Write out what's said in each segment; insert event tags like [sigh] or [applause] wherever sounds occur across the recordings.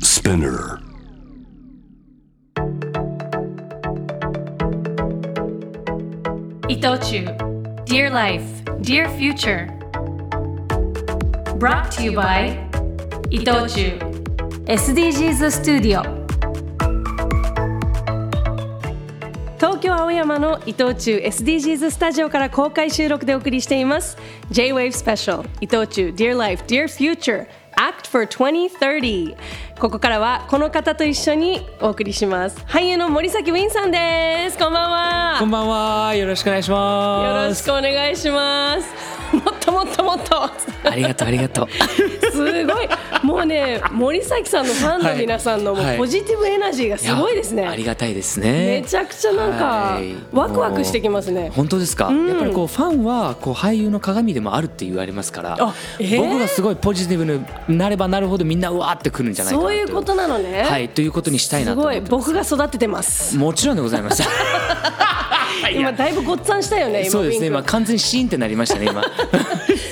Spinner. 伊藤忠 Dear Life, Dear Future Brought to you by 伊藤忠 SDGs Studio 東京青山の伊藤忠 SDGs スタジオから公開収録でお送りしています J-WAVE スペシャル伊藤忠 Dear Life Dear Future Act for 2030ここからはこの方と一緒にお送りします俳優の森崎ウィンさんですこんばんはこんばんは。よろしくお願いしよまろす。しくお願いしますもっともっともっとありがとう、ありがとう。すごいもうね森崎さんのファンの皆さんのもはういポジティブエナジー [laughs] がすごいですね、やありがたいですめね。ちゃくちゃなんかはいワクワクしてきますねもう本当ですか。やっぱりこうファンはこう俳優の鏡でもあるって言われますからあえー。僕がすごいポジティブになればなるほどみんなうわーってくるんじゃないかなそういうことなのねはい、ということにしたいすなとご思いってます。僕が育ててますもちろんでございます。今だいぶごっつぁんしたよね今そうですね。ウィン君今完全にシーンってなりましたね。今。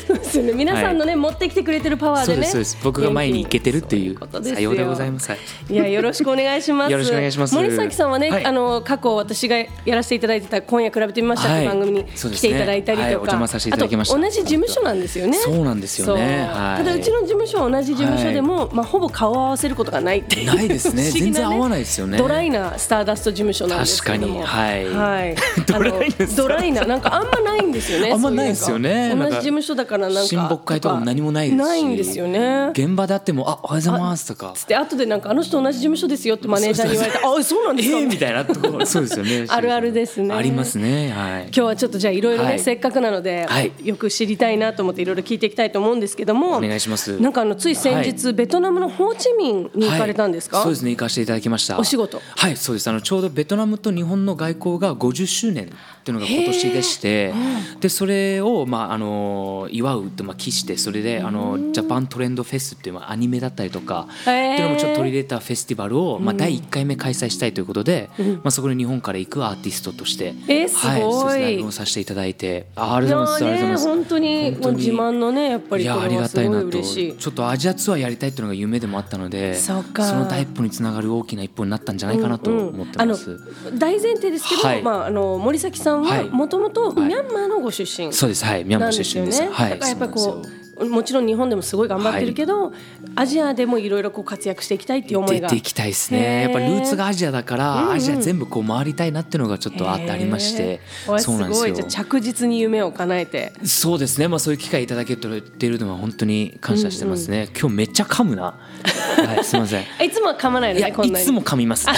そうです [laughs] よね皆さんのね、持ってきてくれてるパワーそでうでねす。そうです。僕が前に行けてるっていう元気にそういうことですよさようでございます。はいいやよろしくお願いします。よろしくお願いします森崎さんはね、はいあの過去私がやらせていただいてた今夜比べてみましたってはい番組にそうで来すてねいただいたりとか、はいお邪魔させていただきましたあと同じ事務所なんですよね。そうなんですよねそうはたいだうちの事務所は同じ事務所でも、まあほぼ顔を合わせることがないっていう。ないですね不思議全然合わないですよねドライなスターダスト事務所なんですけども。。確かにはい [laughs] ドライなあのドライななんかあんまないんですよね。あんまないですよねそういうのがなん同かじ事務所だからなんか親睦会とかも何もないですし。ないんですよね。現場であっても、あ、おはようございますとかつ。って後でなんかあの人同じ事務所ですよってマネージャーに言われたあそうなんえですかーみたいなところ。そうですよね。 [laughs] あるあるですねありますね。はい。今日はちょっとじゃあいろいろね、はいせっかくなので、はいよく知りたいなと思っていろいろ聞いていきたいと思うんですけどもお願いしますなんかあのつい先日、ベトナムのホーチミンに行かれたんですか、はいそうですね。行かせていただきました。お仕事はい、そうです。あのちょうどベトナムと日本の外交が50周年っていうのが今年でして、でそれをまああの祝うとまあ期して、それであのジャパントレンドフェスっていうまあアニメだったりとか、ってへーいうのもちょっと取り入れたフェスティバルをまあ第一回目開催したいということで、まあそこに日本から行くアーティストとして、えーすごいはい、そうですねライブをさせていただいて、あありがとうございます。ありがとうございねます。本当に本当に自慢のねやっぱりいやこあれりはがすたいごないと嬉しいちょっとアジアツアーやりたいっていうのが夢でもあったのでそうかの第一歩につながる大きな一歩になったんじゃないかなと思ってます、うんあの大前提ですけど、はいまあ、あの森崎さんははいもともとミいャンマーのご出身そうですはいミャンマなーんです出よ身ね。ですはいだからやっぱりそうなこんですようもちろん日本でもすごい頑張ってるけど、アジアでもいろいろこう活躍していきたいっていう思い出がていきたいですへーねやっぱルーツがアジアだから、アジア全部こう回りたいなっていうのがちょっとあってありましてへーわあすそうなんでごすいよじゃあ着実に夢を叶えて。そうですねまあそういう機会いただけてるのは本当に感謝してますね、今日めっちゃ噛むな、はい、すいませんあいつもは噛ま [laughs] ないのいやねいこんなに。つも噛みます [laughs]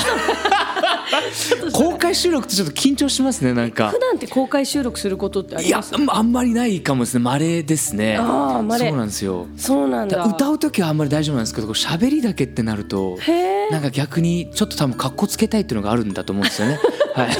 公開収録ってちょっと緊張しますねなんか普段って公開収録することってあいりやます。あんまりないかもですね稀ですねあー稀そうなんですよそうなんだ。だ歌う時はあんまり大丈夫なんですけどこう喋りだけってなるとへーなんか逆にちょっと多分格好つけたいっていうのがあるんだと思うんです [laughs] よねはい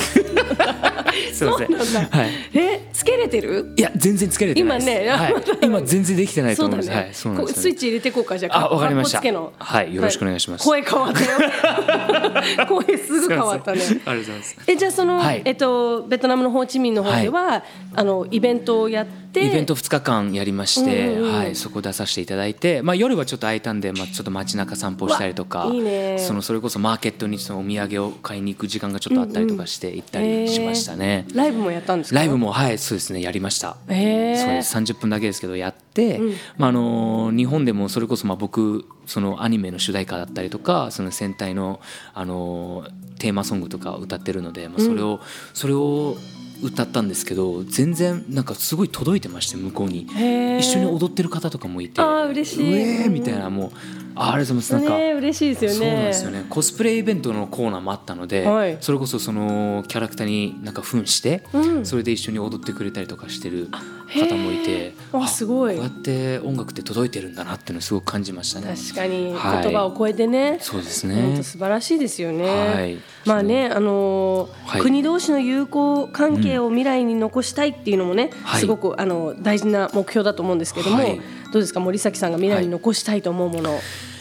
すいませんはいえつけれてる？いや全然つけれてないです今ね [laughs] はい今全然できてないとそう思いだますはいね。そうなんこでうすよスイッチ入れてこうかじゃあ。あわかりましたっこつけのはいよろしくお願いします声変わった [laughs] よ。声すぐ変わったね。すいませんありがとうございますえじゃあその、はいえっとベトナムのホーチミンの方では、あのイベントをやってイベント2日間やりまして、うんうんうんはい、そこ出させていただいて、まあ、夜はちょっと空いたんで、まあ、ちょっと街中散歩したりとうかわいいねそのそれこそマーケットにそのお土産を買いに行く時間がちょっとあったりとかして行ったりしましたね。ライブもやったんですかライブもはいそうですねやりました。へーそうです30分だけですけどやって、まああの日本でもそれこそまあ僕そのアニメの主題歌だったりとかその戦隊のあのテーマソングとかを歌ってるので、まあ、それを、それを歌ったんですけど全然なんかすごい届いてまして向こうにへー一緒に踊ってる方とかもいてあー嬉しいうえーみたいなもうあありがとうございますなんか、ね嬉しいですよねそうなんですよねコスプレイベントのコーナーもあったので、はいそれこそそのキャラクターになんか扮して、うんそれで一緒に踊ってくれたりとかしてる方もいてあへーあすごいこうやって音楽って届いてるんだなっていうのをすごく感じましたね確かに言はい葉を超えてね、そうです本ね当素晴らしいですよね。はいまあね、あのーはい国同士の友好関係を未来に残したいっていうのもね、はいすごくあの大事な目標だと思うんですけども、はいどうですか森崎さんが未来に残したいと思うもの、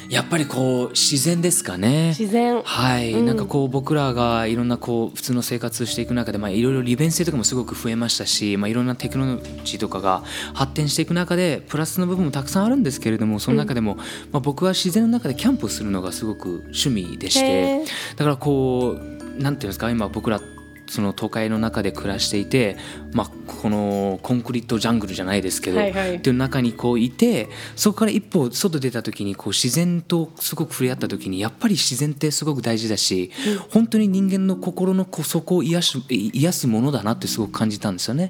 やっぱりこう自然ですかね自然はい、なんかこう僕らがいろんなこう普通の生活していく中でまあいろいろ利便性とかもすごく増えましたし、まあ、いろんなテクノロジーとかが発展していく中でプラスの部分もたくさんあるんですけれどもその中でも、まあ、僕は自然の中でキャンプをするのがすごく趣味でしへてーだからこうなんていうんですか今僕らその都会の中で暮らしていて、まあ、このコンクリートジャングルじゃないですけど、はいはいっていう中にこういてそこから一歩外出た時にこう自然とすごく触れ合った時にやっぱり自然ってすごく大事だし、本当に人間の心のこう底を癒し癒すものだなってすごく感じたんですよね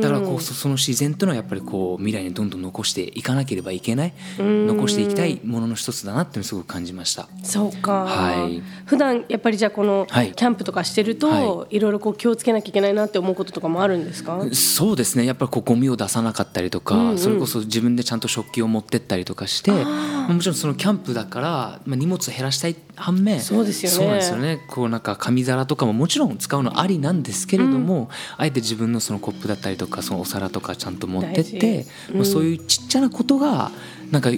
だからこうそその自然というのはやっぱりこう未来にどんどん残していかなければいけない残していきたいものの一つだなっていうのをすごく感じました。そうか、はい普段やっぱりじゃあこのキはいャンプとかしてると、、はいろいろこう気をつけなきゃいけないなって思うこととかもあるんですか、そうですねやっぱりこうゴミを出さなかったりとか、それこそ自分でちゃんと食器を持ってったりとかしてまあもちろんそのキャンプだから、まあ、荷物を減らしたい反面そうですよねそうなんですよねこうなんか紙皿とかももちろん使うのありなんですけれども、あえて自分のそのコップだったりとかそのお皿とかちゃんと持ってっ大て事、まあ、そういうちっちゃなことがなんか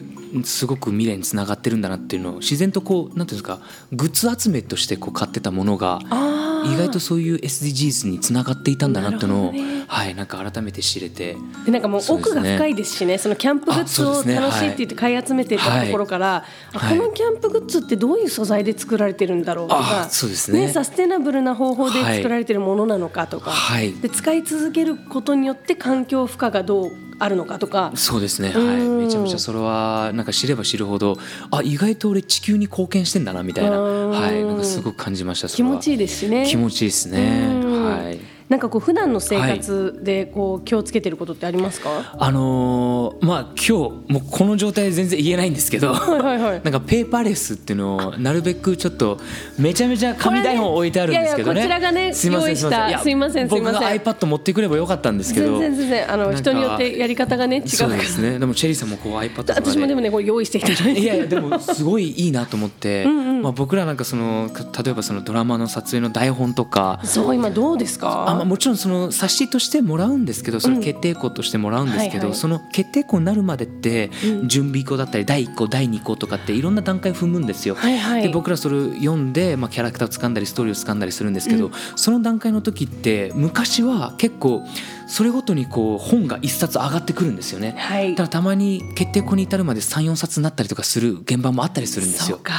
すごく未来につながってるんだなっていうのを自然とこうなんていうんですかグッズ集めとしてこう買ってたものがあー意外とそういう SDGs につながっていたんだなっていうのを、なるほどねはいなんか改めて知れてでなんかもうそうです奥ねが深いですしねそのキャンプグッズあをそうですね楽しいって言って買い集めてたところから、はいあこのキャンプグッズってどういう素材で作られてるんだろうとかあそうですねサステナブルな方法で作られてるものなのかとか、はいで使い続けることによって環境負荷がどうあるのかとかそうですね、うはい、んめちゃめちゃそれはなんか知れば知るほどあ意外と俺地球に貢献してんだなみたいな、うんはい、なんかすごく感じましたそ気れは持ちいいですしね。気持ちいいですねうんはい。なんかこう普段の生活でこう気をつけてることってありますか？はあのーまあ今日もうこの状態で全然言えないんですけどいはいはい。 [laughs] なんかペーパーレスっていうのをなるべくちょっとめちゃめちゃ紙台本置いてあるんですけどね。いやいやこちらがねすいませ用ん意したいやすいませんすいません僕が iPad 持ってくればよかったんですけ全ど。然全然あのなんか人によってやり方がね違うそかうら。ですね。でもチェリーさんもこう iPad とかで。私もでもねこれ用意していただいて。いやいやでもすごいいいなと思って、まあ僕らなんかその例えばそのドラマの撮影の台本とか。そう今どうですあまあ、か？もちろんその冊子としてもらうんですけどそれ決定校としてもらうんですけど、はいはいその決定校になるまでって準備校だったり第1校第2校とかっていろんな段階踏むんですよ。はいはいで僕らそれを読んで、まあ、キャラクターを掴んだりストーリーを掴んだりするんですけど、その段階の時って昔は結構それごとにこう本が1冊上がってくるんですよね。はいただたまに決定校に至るまで34冊になったりとかする現場もあったりするんですそうよ。か。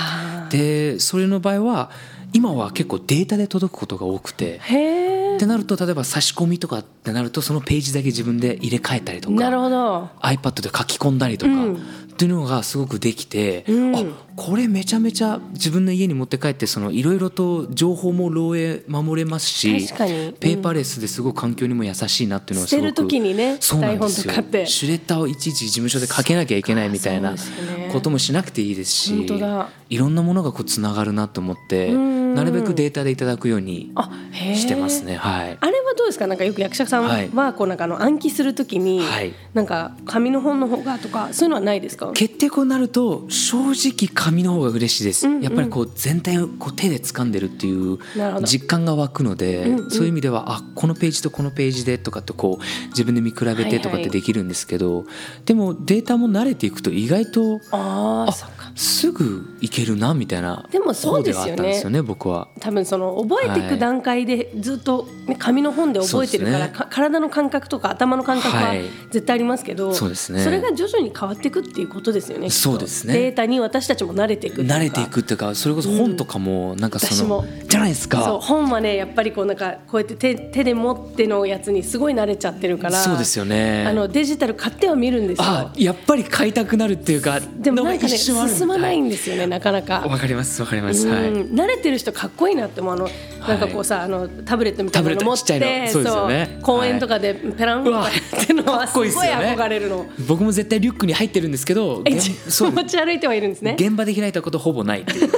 でそれの場合は今は結構データで届くことが多くて。へっえ。てなると例えば差し込みとかってなるとそのページだけ自分で入れ替えたりとなるかほど。 iPad で書き込んだりとか、うんっていうのがすごくできて、うんあこれめちゃめちゃ自分の家に持って帰ってそのいろいろと情報も漏洩守れますし確かにペーパーレスですごく環境にも優しいなっていうのはす捨ごてくる時にねそうなんですよ台本とかってシュレッダーをいちいち事務所で書けなきゃいけないみたいなそうですねこともしなくていいですし、本当だいろんなものがこうつながるなと思ってうんなるべくデータでいただくようにあへえ。してます。ね。はいあれはどうですかなんかよく役者さんはいはこうなんかあの暗記するときにはいなんか紙の本の方がとかそういうのはないですか？決定校になると正直紙の方が嬉しいです、うんうんやっぱりこう全体をこう手で掴んでるっていうなるほど実感が湧くので、うんうんそういう意味ではあこのページとこのページでとかってこう自分で見比べてとかっはいはいてできるんですけど、でもデータも慣れていくと意外とあああそうか。すぐいけるなみたいなでもそ方うでですはよあっねたんですよね僕は。多分その覚えていく段階でずっと、ね、紙の本で覚えてるから、そうですねか体の感覚とか頭の感覚ははい絶対ありますけど、そうですねれが徐々に変わっていくっていうことですよねきっとそうですねデータに私たちも慣れていくっていうか慣れていくっていうかそれこそ本とかもなんかその、私もじゃないですかそう本はねやっぱりこうなんかこうやって手手で持ってのやつにすごい慣れちゃってるからそうですよねあのデジタル買っては見るんですあよやっぱり買いたくなるっていうかでもなんのかがね一瞬ある進まないはんですよねなかなか。わかりますわかります、うんはい慣れてる人かっこいいなって思うあのなんかこうさ、あのタブレットみたいなのタブ持レットっちっちゃいてのそうですよねそう公園とかでペランとかやってるのはかっすこごいいいっすよね憧れるの。僕も絶対リュックに入ってるんですけどえ現そう持ち歩いてはいるんですね。現場で開いたことほぼないっていう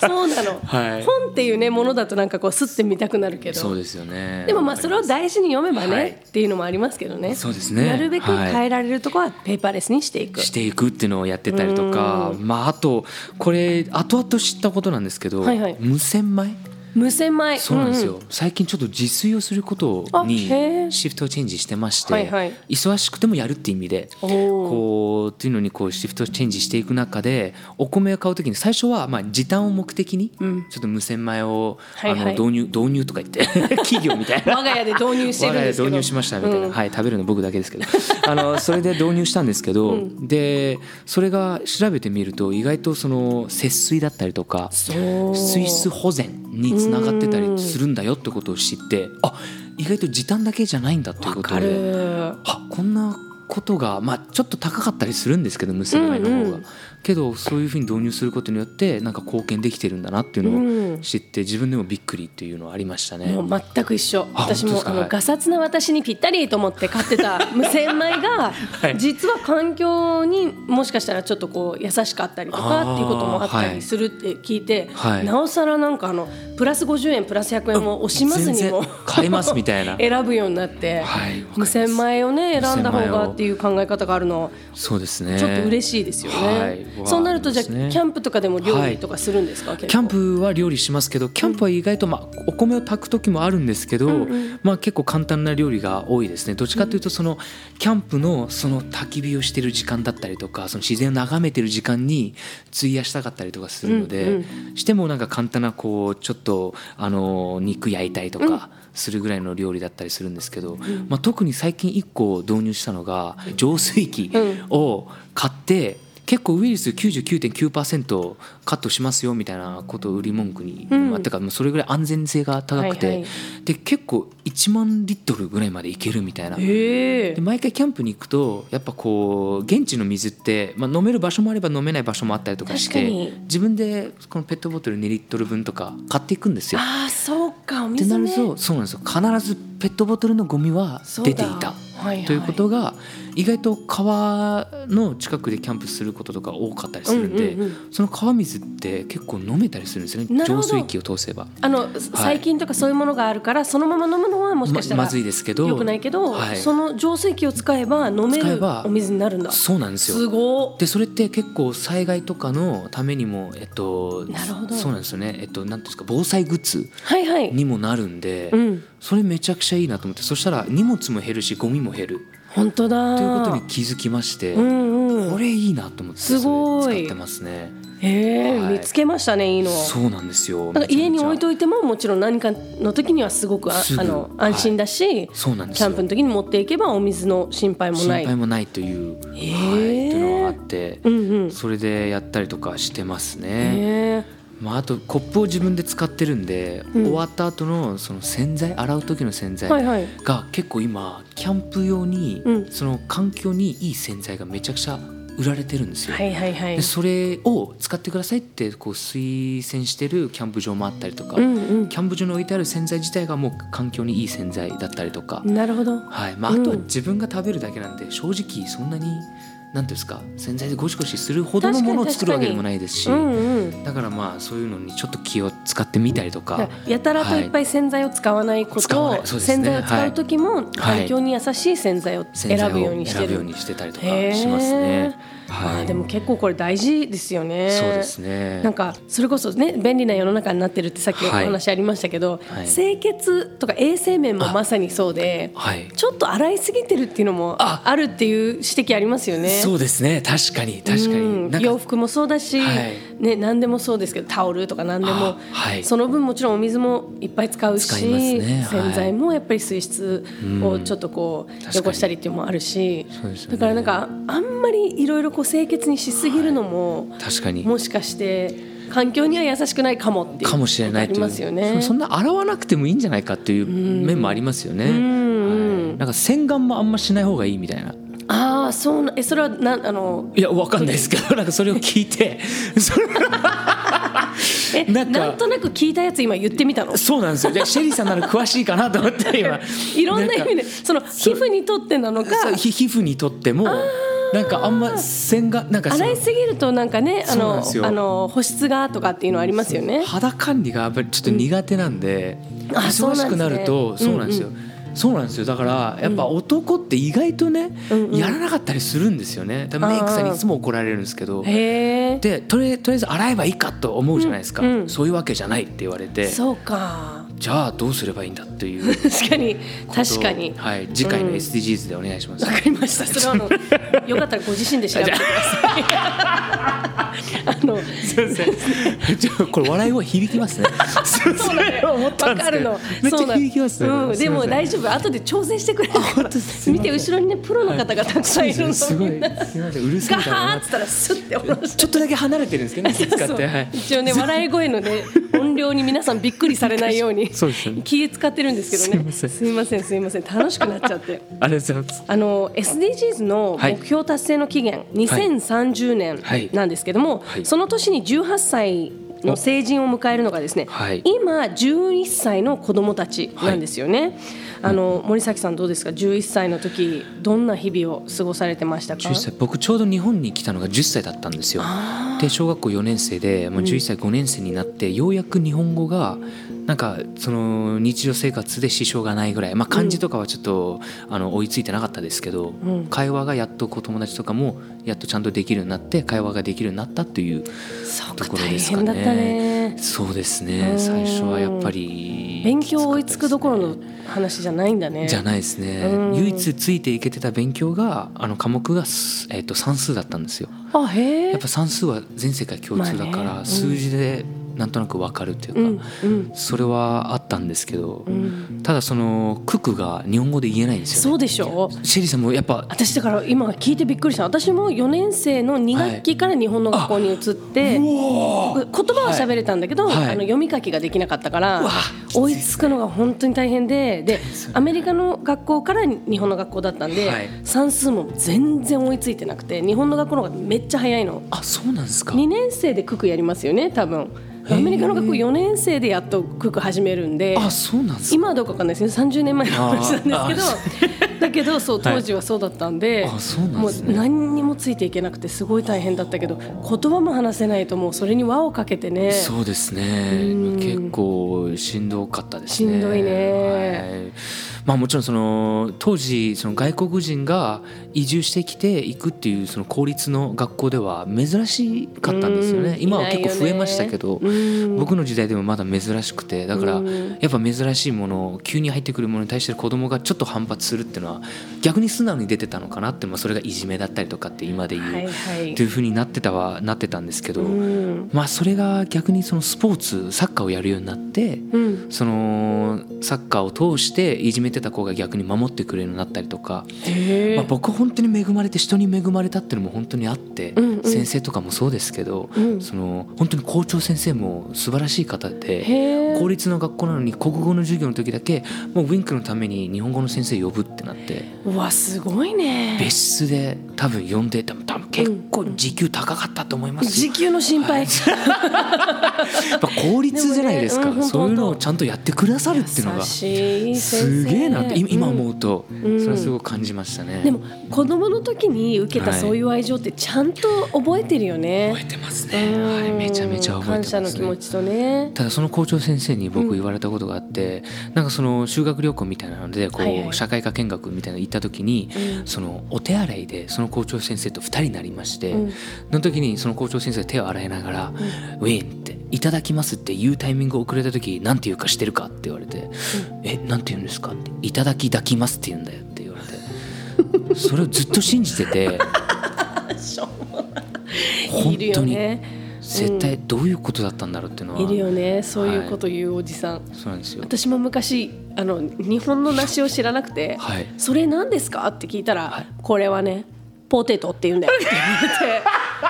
そうなの、はい本っていうねものだとなんかこうすってみたくなるけ [laughs] そうど。ですよねでもまあそれを大事に読めばね、はいっていうのもありますけどね。そうですねなるべくはい変えられるとこはペーパーレスにしていく。していくっていうのをやってたりとか、まあ、あとこれ後々知ったことなんですけど、はいはい無洗米無洗米。そうなんですよ、んん最近ちょっと自炊をすることあへえにシフトをチェンジしてまして、はいはい忙しくてもやるって意味でおーこうっていうのにこうシフトチェンジしていく中でお米を買う時に最初はまあ時短を目的にちょっと無洗米を、はいはいあの導入導入とか言って [laughs] 企業みたいな我が家で導入してるんですけど [laughs] 我が家導入しましたみたいな、はい食べるの僕だけですけど [laughs] あのそれで導入したんですけど、でそれが調べてみると意外とその節水だったりとかう水質保全につながってたりするんだよってことを知ってあ意外と時短だけじゃないんだっていうことあでるあこんなことが、まあ、ちょっと高かったりするんですけど無洗米の方が、うんうんけどそういうふうに導入することによってなんか貢献できてるんだなっていうのを知って、自分でもびっくりっていうのはありましたね。もう全く一緒あ私本当でもすかあはのいガサツな私にぴったりと思って買っ [laughs] てた無洗米が、い実は環境にもしかしたらちょっとこう優しかったりとかっていうこともあったあーはいりするって聞いて、はいなおさらなんかあのプラス50円プラス100円を惜しまずにも全然買いますみたいな [laughs] 選ぶようになっはいて、わかりま無す洗米をね選んだ方無洗米がをっていう考え方があるのそうですねちょっと嬉しいですよね。はいそうなるとじゃあ、そうですねキャンプとかでも料理とかするんですか、キャン結プは料理しますけどキャンプは意外と、まあ、お米を炊く時もあるんですけど、まあ、結構簡単な料理が多いですねどっちかというとそのキャンプのその焚き火をしてる時間だったりとかその自然を眺めてる時間に費やしたかったりとかするので、してもなんか簡単なこうちょっとあの肉焼いたりとかするぐらいの料理だったりするんですけど、まあ、特に最近1個導入したのが浄水器を買って。結構ウイルス99.9%カットしますよみたいなことを売り文句に、んまあてかもうそれぐらい安全性が高くて、はいはいで結構1万リットルぐらいまでいけるみたいな構。へえで毎回キャンプに行くとやっぱこう現地の水って、まあ、飲める場所もあれば飲めない場所もあったりとかし確かてに自分でこのペットボトル2リットル分とか買っていくんですよ。ああそうかっおて水、ね、なるとそうなんですよ必ずペットボトルのゴミはそうだ出ていたはいはいということが意外と川の近くでキャンプすることとか多かったりするんで、うんうんその川水って結構飲めたりするんですよねなるほ浄ど水器を通せば。あの、細菌とかそういうものがあるからそのまま飲むのはもしかしたら、ままずいですけど良くないけど、はいその浄水器を使えば飲め使えるばお水になるんだそうなんですよすごでそれって結構災害とかのためにも、えっと、なるほどそうなんですよね、えっと、なんていうんですか防災グッズはいはいにもなるんで、うんそれめちゃくちゃいいなと思ってそしたら荷物も減るしゴミも減る本当だということに気づきまして、うんうんこれいいなと思ってすごいそれ使ってますねへえ、はい見つけましたねいいのそうなんですよなんか家に置いいといてももちろん何かの時にはすごくあすぐあのはい安心だし、そうなんですキよャンプの時に持っていけばお水の心配も心ない配もないという、はい、ってへえいうのがあって、うんうんそれでやったりとかしてますね。へえまあ、あとコップを自分で使ってるんで、うん終わった後のその洗剤洗う時の洗剤はいはいが結構今キャンプ用に、うんその環境にいい洗剤がめちゃくちゃ売られてるんですよ。はいはいはいでそれを使ってくださいってこう推薦してるキャンプ場もあったりとか、うんうんキャンプ場に置いてある洗剤自体がもう環境にいい洗剤だったりとか、なるほどはいまあ、あとはうん自分が食べるだけなんで正直そんなに何ていうんですか洗剤でゴシゴシするほどのものを作るわけでもないですし。うんうんだからまあそういうのにちょっと気を使ってみたりとかやたらといっぱはい洗剤を使わないこと、使わないそうです洗ね剤を使う時もはい環境に優しい洗剤を洗剤選ぶようをにし選てぶようる。にしてたりとかへーしますね。まはあい、でも結構これ大事ですよね。そうですねなんかそれこそね便利な世の中になってるってさっきおはい話ありましたけど、はい清潔とか衛生面もまさにそうで、はいちょっと洗いすぎてるっていうのもああるっていう指摘ありますよね。そうですね確かに確かうにんなん洋か服もそうだし、はいね、何でもそうですけどタオルとか何でもあ、はいその分もちろんお水もいっぱい使うし使いますねはい洗剤もやっぱり水質をちょっとこ確うかに汚したりっていうのもあるし、そうですよだねからなんかあんまりいろいろこう清潔にしすぎるのも、確かにもしかして環境には優しくないかもっていうかもしれないことありますよね。そそんな洗わなくてもいいんじゃないかっていう面もありますよね。はい、なんか洗顔もあんましない方がいいみたいな。ああそうなえそれはなんあのいやわかんないですけど [laughs] なんかそれを聞いて [laughs] それえななんんかとなく聞いたやつ今言ってみたの。そうなんですよ。じゃあシェリーさんなら詳しいかなと思って今いろんな意味ででその皮膚にとってなのかそうひ皮膚にとってもなんかあんま洗顔なんかその洗いすぎるとなんかねあそうなんのですよあの保湿がとかっていうのありますよね。肌管理がやっぱりちょっと苦手なんで、あ忙しくなるとそそううななんんでですすねよ。そうなんですよだからやっぱ男って意外とね、やらなかったりするんですよねだからメイクさんにいつも怒られるんですけどへえ。でとりとりあえず洗えばいいかと思うじゃないですか、うんうんそういうわけじゃないって言われてそうか。じゃあどうすればいいんだっていうこ確かに [laughs] とを確かにわはい、次回の SDGs でお願いします、かりましたそれはあのよかったらご自身で調べてください [laughs] あのすいません [laughs] ちょこれ笑いは響きますねそう思ったわんでかすけるどのめっちそうゃなの響きますねうん、でも大丈丈夫後で調整してくれるからません見て後ろにねプロの方がたく [laughs] さんいるのすごいみんなすいませんうるさいガみたいなハーッつったらスッて下ろしてちょっとだけ離れてるんですけどね気使っそうてはい一応ね笑い声のね音量に皆さんびっくりされないように [laughs] そうですよね気使ってるんですけどすいねませんすいませんすいません楽しくなっちゃってありがとうございますあの SDGs のはい目標達成の期限、2030はい年なんですけども、はいその年に18歳の成人を迎えるのがですね、はい今11歳の子どもたちなんですよね、あの森崎さんどうですか11歳の時どんな日々を過ごされてましたか11歳僕ちょうど日本に来たのが10歳だったんですよで小学校4年生でもう11歳5年生になってようやく日本語がなんかその日常生活で支障がないぐらい、まあ、漢字とかはちょっと、あの追いついてなかったですけど、ん会話がやっとこう友達とかもやっとちゃんとできるようになって会話ができるようになったというそうとかころ大ですか変だったねそうですうねん最初はやっぱり勉強追いつくどころきつかっのたですね話じゃないんだねじゃないですねうん唯一ついていけてた勉強があの科目がす、えっと算数だったんですよあへえやっぱ算数は全世界共通だから、まあねうん数字でなんとなく分かるっていうか、うんうんそれはあったんですけど、うんただその九九が日本語で言えないんですそようねでしょうシェリーさんもやっぱ私だから今聞いてびっくりした私も4年生の2学期から日本の学校に移って、言葉は喋れたんだけど、はいはいあの読み書きができなかったから、追いつくのが本当に大変ででアメリカの学校から日本の学校だったんで、はい算数も全然追いついてなくて日本の学校の方がめっちゃ早いのあそうなんですか2年生で九九やりますよね多分へーアメリカの学校4年生でやっと九九始めるんであそうなんですか今はどうかわかんないですけど30年前の話なんですけどだけどそうはい当時はそうだったんで、あそうなんもでうすね何にもついていけなくてすごい大変だったけど言葉も話せないともうそれに輪をかけてねそうですねうん結構しんどかったですねしんどいねはいまあ、もちろんその当時その外国人が移住してきていくっていうその公立の学校では珍しかったんですよねうん今はいない結よね構増えましたけど、うん僕の時代でもまだ珍しくてだからうんやっぱ珍しいもの急に入ってくるものに対して子供がちょっと反発するっていうのは逆に素直に出てたのかなって、まあ、それがいじめだったりとかって今で言う、はいはいというふうになってたはなってたんですけど、うんまあ、それが逆にそのスポーツサッカーをやるようになってうんそのサッカーを通していじめてた子が逆に守ってくれるようになったりとか、へえまあ、僕本当に恵まれて人に恵まれたっていうのも本当にあって、うんうん先生とかもそうですけど、うんその本当に校長先生も素晴らしい方で。へ公え立の学校なのに国語の授業の時だけもうウィンクのために日本語の先生呼ぶってなってうわすごいね別室で多分呼んで多分多分結構時給高かったと思いますよ、時給の心配、やっぱ効率じゃないですか、でもねうんそういうのをちゃんとやってくださるっていうの優がしい先生すげえなって今今うん思うとんそれはすごく感じましたね、でも子供の時に受けたはいそういう愛情ってちゃんと覚えてるよね。覚えてますね、はい、めちゃめちゃ覚えてうん感謝まのす気持ねちとね。ただその校長先生に僕言われたことがあって、なんかその修学旅行みたいなのでこう、はいはい社会科見学みたいなの行った時に、うんそのお手洗いでその校長先生と2人になりまして、うんその時にその校長先生が手を洗いながら「ウィン」って「いただきます」って言うタイミングを遅れた時なんて言うか知ってるかって言われて「えなんて言うんですか?」って「いただき抱きます」って言うんだよって言われてそれをずっと信じてて [laughs] 本いるよ当にね。絶対どういうことだったんだろうっていうのは、いるよね。そういうこと言うおじさん。そうなんですよ。私も昔あの日本の梨を知らなくて、はいそれ何ですかって聞いたら、これはねポテトって言うんだよって [laughs] 言われ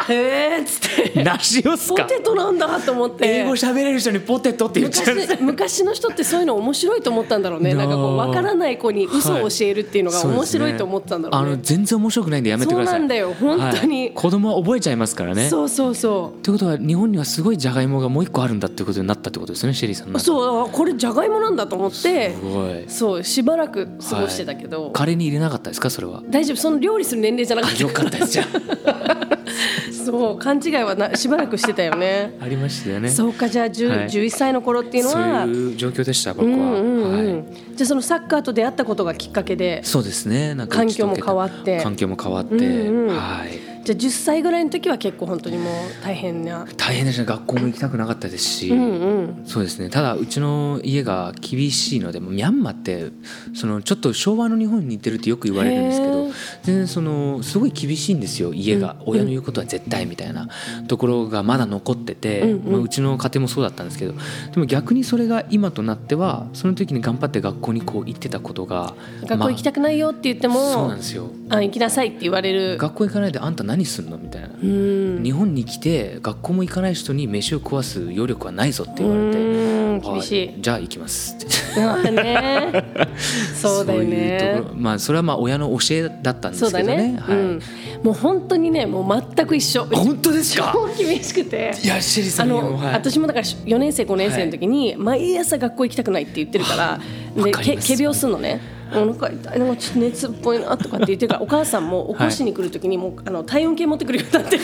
て、へえっつって梨をっすポかテトなんだと思って。英語喋れる人にポテトって言っちゃうんです昔昔の人ってそういうの面白いと思ったんだろうね。なんかこうなあわからない子に嘘を教えるっていうのがそうです面ね白いと思ったんだろうね。あの全然面白くないんでやめてくださいそうなんだよ本当にはい子供は覚えちゃいますからねそうそうそということは日本にはすごいジャガイモがもう一個あるんだっていうことになったってことですねシェリーさんのう中でそうあこれじゃがいもなんだと思ってすごいそうしばらく過ごしてたけど、カレーに入れなかったですかそれ [laughs] は大丈夫その料理する年齢じゃなかったよかったですじゃ [laughs] そう勘違いはなしばらくしてたよねあありましたよねそうかじゃあ、十はい11歳の頃っていうのそうはいう状況でした僕は、うんうんうはいんじゃあそのサッカーと出会ったことがきっかけでそうですねなんか環境も変わって環境も変わって、うんうんはいじゃあ10歳ぐらいの時は結構本当にもう大変な。大変でしたね学校も行きたくなかったですし、うんうん。そうですねただうちの家が厳しいのでもうミャンマーってそのちょっと昭和の日本に似てるってよく言われるんですけへどー全然そのすごい厳しいんですよ家が、親の言うことは絶対みたいなところがまだ残ってて、うんうんまあ、うちの家庭もそうだったんですけどでも逆にそれが今となってはその時に頑張って学校にこう行ってたことが学校行きたくないよって言ってまあそうもなん、ですよあ行きなさいって言われる。学校行かないであんた何すんのみたいな。うん。日本に来て学校も行かない人に飯を食わす余力はないぞって言われてうんあ厳しい。じゃあ行きますってま [laughs] あね。 [laughs] そうだよね。そういうところまあそれはまあ親の教えだったんでそうすだけどねね。はいうん、もう本当にね、もう全く一緒。本当ですか [laughs] 超厳しくて。いやシェリさあんにの、もはい私もだから4年生5年生の時に、毎朝学校行きたくないって言ってるからでわかりけます仮病すんのね [laughs] お腹痛いなんかちょっと熱っぽいなとかって言ってるからお母さんも起こしに来る時にもうあの体温計持ってくるように [laughs] なって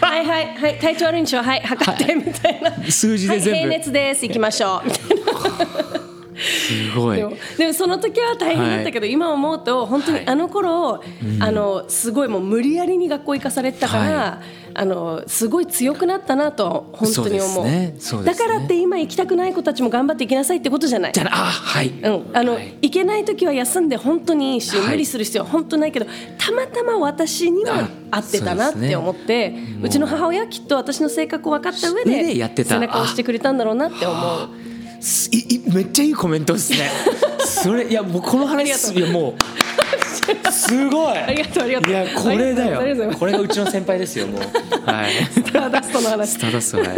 はいはいはい体調悪いんでしょはい測ってみたいな、数字ではい、全平部、熱です行きましょうみたいな。すごいでもでもその時は大変だったけど、今思うと本当はにいあの頃、あのすごいもう無理やりに学校行かされてたから、はあのすごい強くなったなと本当に思そううですねそうでだすねからって今行きたくない子たちも頑張って行きなさいってことじゃないじ。ゃああはい、うん、あの、はい行けない時は休んで本当にいいし、はい無理する必要は本当ないけどたまたま私には合ってたなっそうですてね思ってう,、もうちの母親はきっと私の性格を分かった上で上でやってた背中を押してくれたんだろうなって思う。すいいめっちゃいいコメントです [laughs] ねそれいやもうこの話すいやも [laughs] うすごいありがとうありがとういやこれだありがとうありがとうございよますこれがうちの先輩ですよもう [laughs] はいスターダストの話スターダス [laughs] トはい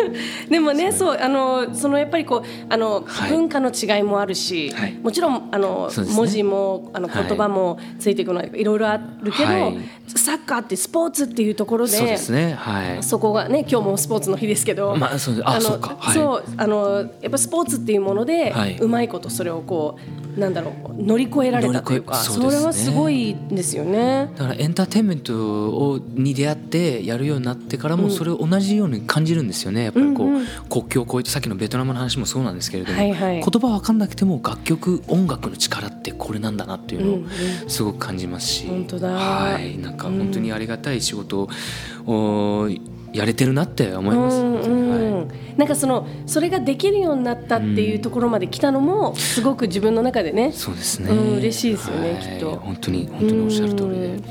でもね、そうあのそのやっぱりこうあの、はい文化の違いもあるし、はいもちろんあの、そうですね文字もあの言はい葉もついていくのはいろいろあるけど、はいサッカーってスポーツっていうところで。そうですねはいそこがね今日もスポーツの日ですけど、まあそうですあのそうかはいそうあのやっぱスポーツっていうもので、はいうまいことそれをこうなんだろう乗り越えられたというか乗り越えそそでうすねれはすごいですよね。だからエンターテインメントをに出会ってやるようになってからもそれを同じように感じるんですよね、やっぱりこう、うんうん国境を越えてさっきのベトナムの話もそうなんですけれども、はいはい言葉わかんなくても楽曲音楽の力ってこれなんだなっていううんのをすごく感じますし、本当だはいなんか本当にありがたい仕事をやれてるなって思います。うんはいうんなんかそのそれができるようになったっていうところまで来たのもすごく自分の中でねそうですね、うん嬉しいですよねはいきっと本当に本当におっしゃる通りうでん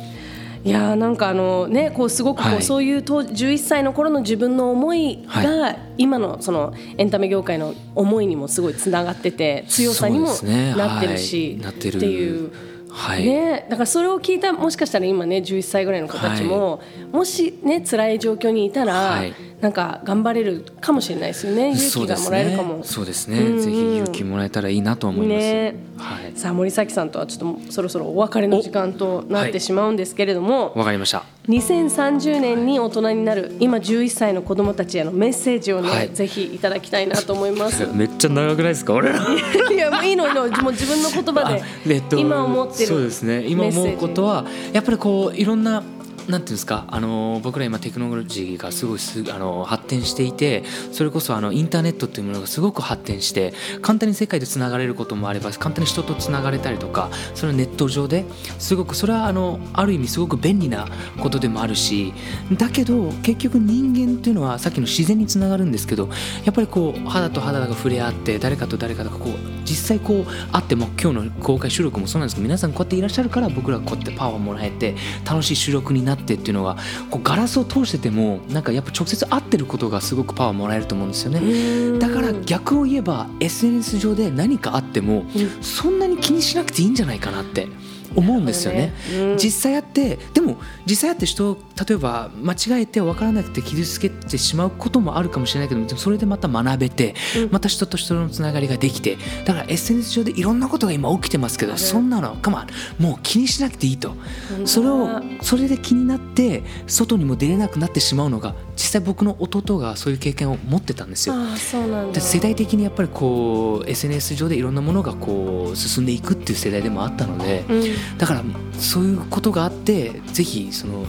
いやーなんかあのねこうすごくこう、はいそういう当11歳の頃の自分の思いはが今のそのエンタメ業界の思いにもすごいつながってて強さにもそうですねなってるし、はいなってるっていう。はい、ね、だからそれを聞いたもしかしたら今ね11歳ぐらいの子たちも、もしね辛い状況にいたら、はいなんか頑張れるかもしれないですよね勇気がもらえるかも、そうですね。そううんうですねぜんひ勇気もらえたらいいなとは思います。ねはい。さあ森崎さんとはちょっとそろそろお別れの時間となっはていしまうんですけれども、わかりました。 2030年に大人になる今11歳の子どもたちへのメッセージをね、はいぜひいただきたいなと思います。めっちゃ長く [laughs] ないですか？俺ら。いやもういいのいいのもう自分の言葉であえっと今思ってるそうですね。今メッセージ思うことはやっぱりこういろんな。なんていうんですかあの僕ら今テクノロジーがすごいすあの発展していてそれこそあのインターネットというものがすごく発展して簡単に世界でつながれることもあれば簡単に人とつながれたりとかそれはネット上ですごくそれはあのある意味すごく便利なことでもあるしだけど結局人間っていうのはさっきの自然につながるんですけどやっぱりこう肌と肌が触れ合って誰かと誰かがこう実際こう会っても今日の公開収録もそうなんですけど皆さんこうやっていらっしゃるから僕らこうやってパワーもらえて楽しい収録になってっていうのがこうガラスを通しててもなんかやっぱ直接会ってることがすごくパワーもらえると思うんですよね。うんだから逆を言えば SNS 上で何かあってもうそんなに気にしなくていいんじゃないかなって思うんですよね。うん実際やってでも実際やって人を例えば間違えて分からなくて傷つけてしまうこともあるかもしれないけどでもそれでまた学べて、うんまた人と人のつながりができてだから SNS 上でいろんなことが今起きてますけあどるそんなのかまもう気にしなくていいとうんそれをそれで気になって外にも出れなくなってしまうのが実際僕の弟がそういう経験を持ってたんですよ。ああそうなんだで世代的にやっぱりこう SNS 上でいろんなものがこう進んでいくっていう世代でもあったので、うんだからそういうことがあってぜひその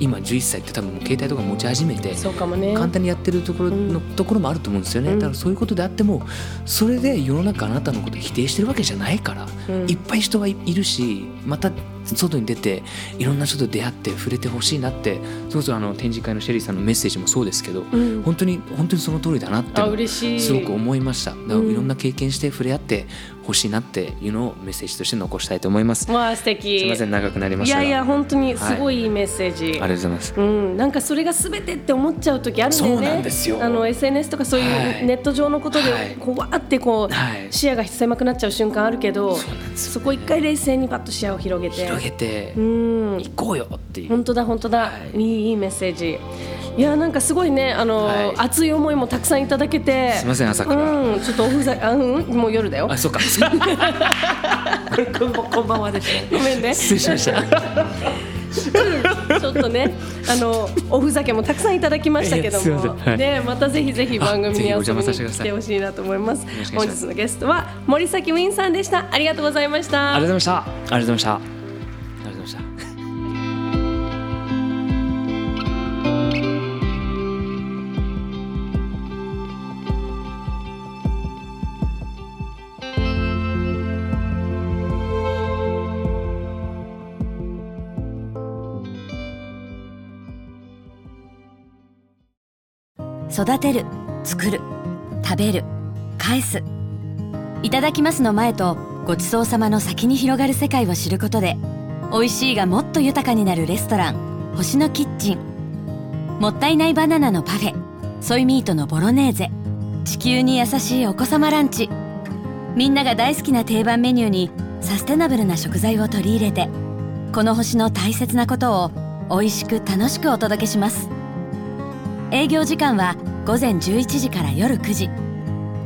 今11歳って多分もう携帯とか持ち始めてそうかもね簡単にやってるところのうところもあると思うんですよね、うんだからそういうことであってもそれで世の中あなたのこと否定してるわけじゃないから、うんいっぱい人はいいるしまた外に出ていろんな人と出会って触れてほしいなってそれこそあの展示会のシェリーさんのメッセージもそうですけど、うん本当に本当にその通りだなってあ嬉しいすごく思いましただからいうんろんな経験して触れ合ってほしいなっていうのをメッセージとして残したいと思います、わあ素敵すいません長くなりまいしたやがいや本当にすごはいいいいメッセージ、ありがとうございますうん、なんかそれが全てって思っちゃう時あるんだよねそうなんですよあの SNS とかそうはいいうネット上のことではいこうわーってこう、はい視野が狭くなっちゃう瞬間あるけどそうなんですよねこ一回冷静にパッと視野を広げて広げてうん行こうよっていう本当だ本当だ、い、いいいメッセージいやなんかすごいねあの、はい熱い思いもたくさんいただけてすいません朝からうん、ちょっとおふざあうんもう夜だよあ、そうか。 [laughs] こんばんこんばんはでした。ごめんね失礼しま [laughs] した。ちょっとね、あのおふざけもたくさんいただきましたけどいやすいも、ませんはいねまたぜひぜひ番組に遊あびぜひおに邪魔させてくだ来さいてほしいなと思います。願いしま本す日のゲストは森崎ウィンさんでした。ありがとうございました。ありがとうございました。ありがとうございました。ありがとうございました。育てる作る食べる返すいただきますの前とごちそうさまの先に広がる世界を知ることで美味しいがもっと豊かになるレストラン星のキッチンもったいないバナナのパフェソイミートのボロネーゼ地球に優しいお子様ランチみんなが大好きな定番メニューにサステナブルな食材を取り入れてこの星の大切なことを美味しく楽しくお届けします営業時間は午前11時から夜9時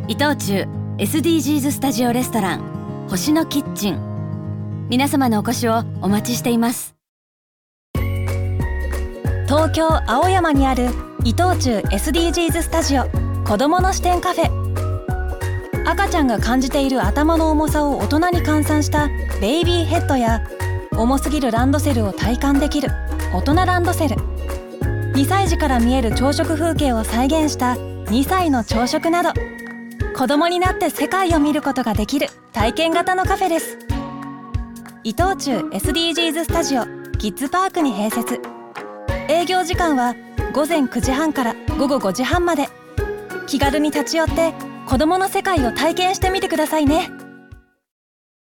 伊藤忠 SDGs スタジオレストラン星のキッチン皆様のお越しをお待ちしています東京青山にある伊藤忠 SDGs スタジオ子どもの視点カフェ赤ちゃんが感じている頭の重さを大人に換算したベイビーヘッドや重すぎるランドセルを体感できる大人ランドセル2歳児から見える朝食風景を再現した2歳の朝食など子どもになって世界を見ることができる体験型のカフェです伊藤忠 SDGs スタジオキッズパークに併設営業時間は午前9時半から午後5時半まで気軽に立ち寄って子どもの世界を体験してみてくださいね